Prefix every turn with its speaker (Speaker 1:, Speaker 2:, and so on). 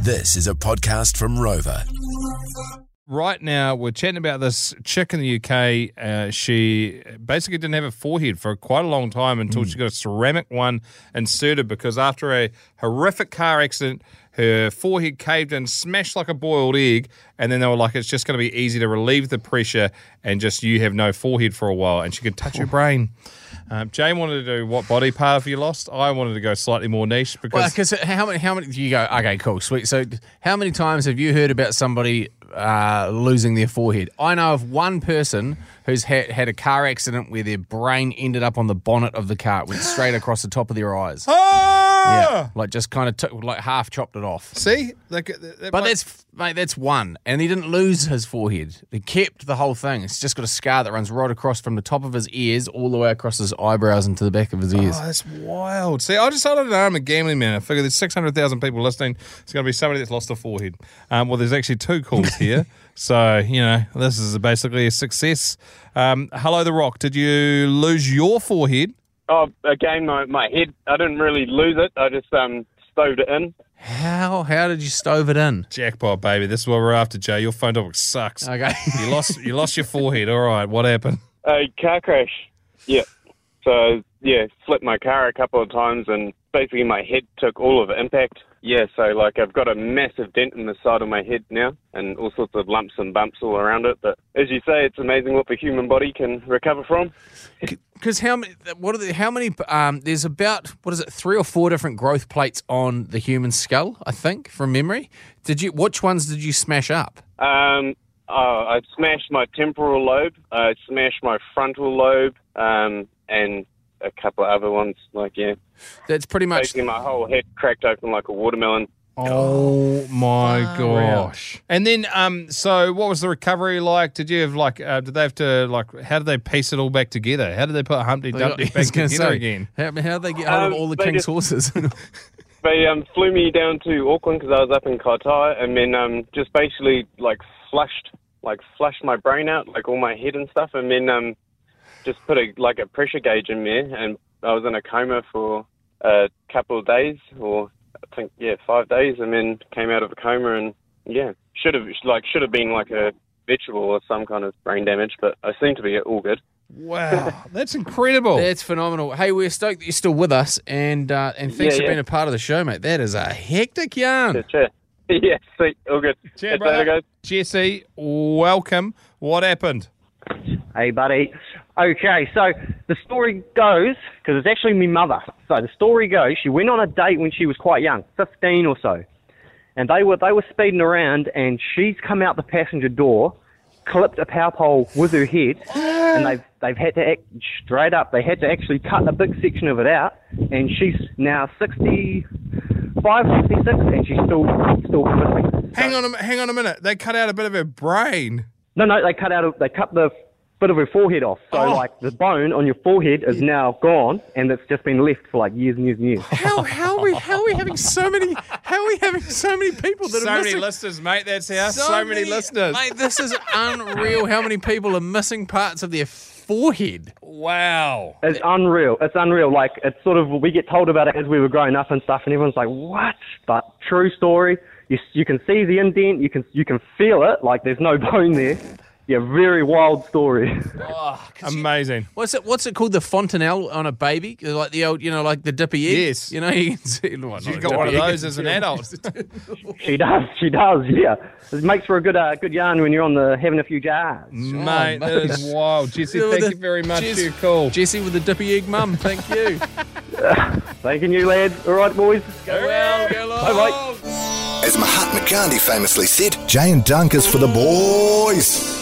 Speaker 1: This is a podcast from Rover.
Speaker 2: right now we're chatting about this chick in the UK. Uh, she basically didn't have a forehead for quite a long time until
Speaker 3: Hmm.
Speaker 2: she got a ceramic one inserted because after a horrific car accident, her forehead caved in, smashed like a boiled egg, and then they were like, "It's just going to be easy to relieve the pressure and just you have no forehead for a while." And she could touch her brain. Um, Jane wanted to do what body part have you lost? I wanted to go slightly more niche
Speaker 3: Well,
Speaker 2: because
Speaker 3: because how many? How many? You go. Okay, cool, sweet. So, how many times have you heard about somebody uh, losing their forehead? I know of one person who's had had a car accident where their brain ended up on the bonnet of the car, It went straight across the top of their eyes.
Speaker 2: Ah!
Speaker 3: Yeah, like just kind of took, like half chopped it off.
Speaker 2: See, like, uh, that- that
Speaker 3: But
Speaker 2: might-
Speaker 3: that's mate, that's one, and he didn't lose his forehead. He kept the whole thing. It's just got a scar that runs right across from the top of his ears all the way across his eyebrows into the back of his ears.
Speaker 2: Oh, that's wild. See, I decided that I'm a gambling man. I figure there's 600,000 people listening. It's going to be somebody that's lost a forehead. Um, well, there's actually two calls here. so, you know, this is basically a success. Um, Hello, The Rock. Did you lose your forehead?
Speaker 4: Oh, again, my, my head. I didn't really lose it. I just um stowed it in.
Speaker 3: Oh, How how did you stove it in?
Speaker 2: Jackpot, baby. This is what we're after, Jay. Your phone topic sucks.
Speaker 3: Okay.
Speaker 2: You lost, you lost your forehead. All right. What happened?
Speaker 4: A car crash. Yeah. So yeah, flipped my car a couple of times, and basically my head took all of the impact. Yeah. So like I've got a massive dent in the side of my head now, and all sorts of lumps and bumps all around it. But as you say, it's amazing what the human body can recover from.
Speaker 3: Because how many? What are the? How many? Um, there's about what is it? Three or four different growth plates on the human skull, I think, from memory. Did you? Which ones did you smash up?
Speaker 4: Um, oh, I smashed my temporal lobe. I smashed my frontal lobe, um, and a couple of other ones. Like yeah.
Speaker 3: That's pretty much.
Speaker 4: Basically, my whole head cracked open like a watermelon.
Speaker 2: Oh, my
Speaker 3: out.
Speaker 2: gosh. And then, um, so what was the recovery like? Did you have, like, uh, did they have to, like, how did they piece it all back together? How did they put Humpty Dumpty
Speaker 3: I
Speaker 2: back
Speaker 3: was gonna
Speaker 2: together
Speaker 3: say,
Speaker 2: again?
Speaker 3: How, how did they get hold of
Speaker 4: Um,
Speaker 3: all the
Speaker 4: they
Speaker 3: king's
Speaker 4: just-
Speaker 3: horses?
Speaker 4: They um, flew me down to Auckland because I was up in Kaitaia, and then um, just basically like flushed, like flushed my brain out, like all my head and stuff, and then um, just put a like a pressure gauge in there, and I was in a coma for a couple of days, or I think yeah, five days, and then came out of a coma, and yeah, should have like should have been like a vegetable or some kind of brain damage, but I seem to be all good.
Speaker 2: Wow, that's
Speaker 4: Oh.
Speaker 2: incredible.
Speaker 3: That's phenomenal. Hey, we're stoked that you're still with us, and uh, and thanks
Speaker 4: Yeah,
Speaker 3: for
Speaker 4: yeah.
Speaker 3: being a part of the show, mate. That is a hectic yarn.
Speaker 4: Cheer. Yeah, see, all good.
Speaker 2: Cheer,
Speaker 4: That's
Speaker 2: brother.
Speaker 4: all, guys.
Speaker 2: Jesse, welcome. What happened?
Speaker 5: Hey, buddy. Okay, so the story goes because it's actually my mother. So the story goes, she went on a date when she was quite young, 15 or so, and they were they were speeding around, and she's come out the passenger door, clipped a power pole with her head, and they've they've had to act straight up. They had to actually cut a big section of it out, and she's now 65, 66, and she's still still clipping.
Speaker 2: Hang on, a, mi- hang on a minute. They cut out a bit of her brain.
Speaker 5: No, no, they cut out, a, they cut the bit of her forehead off. So,
Speaker 2: Oh.
Speaker 5: like, the bone on your forehead is now gone, and it's just been left for like years and years and years.
Speaker 3: How how are we how are we having so many how are we having so many people that
Speaker 2: So
Speaker 3: are
Speaker 2: many
Speaker 3: missing?
Speaker 2: listeners, mate. That's how. So, many, listeners.
Speaker 3: Mate, this is unreal how many people are missing parts of their forehead.
Speaker 2: Wow.
Speaker 5: It's unreal. It's unreal. Like, it's sort of we get told about it as we were growing up and stuff, and everyone's like, "What?" But true story. You you can see the indent. You can you can feel it. Like, there's no bone there. Yeah, very wild story.
Speaker 2: Amazing.
Speaker 3: What's it what's it called? The fontanelle on a baby? Like the old you know, like the dippy egg?
Speaker 2: Yes.
Speaker 3: You know, you can see well,
Speaker 2: You
Speaker 3: not a
Speaker 2: got one of
Speaker 3: dippy egg.
Speaker 2: those as an adult.
Speaker 5: she does. She does. Yeah, it makes for a good uh, good yarn when you're on the having a few jars.
Speaker 2: Mm. Oh, mate, that is wild. Jesse,
Speaker 3: Yeah,
Speaker 2: thank
Speaker 3: the-
Speaker 2: you very much
Speaker 3: Jess-
Speaker 2: for your call.
Speaker 3: Jesse with the dippy egg mum, thank you.
Speaker 5: Thanking you, lads. All right, boys.
Speaker 3: Go well, go
Speaker 5: Bye-bye.
Speaker 3: long.
Speaker 6: As Mahatma Gandhi famously said, Jay and Dunk is for the boys.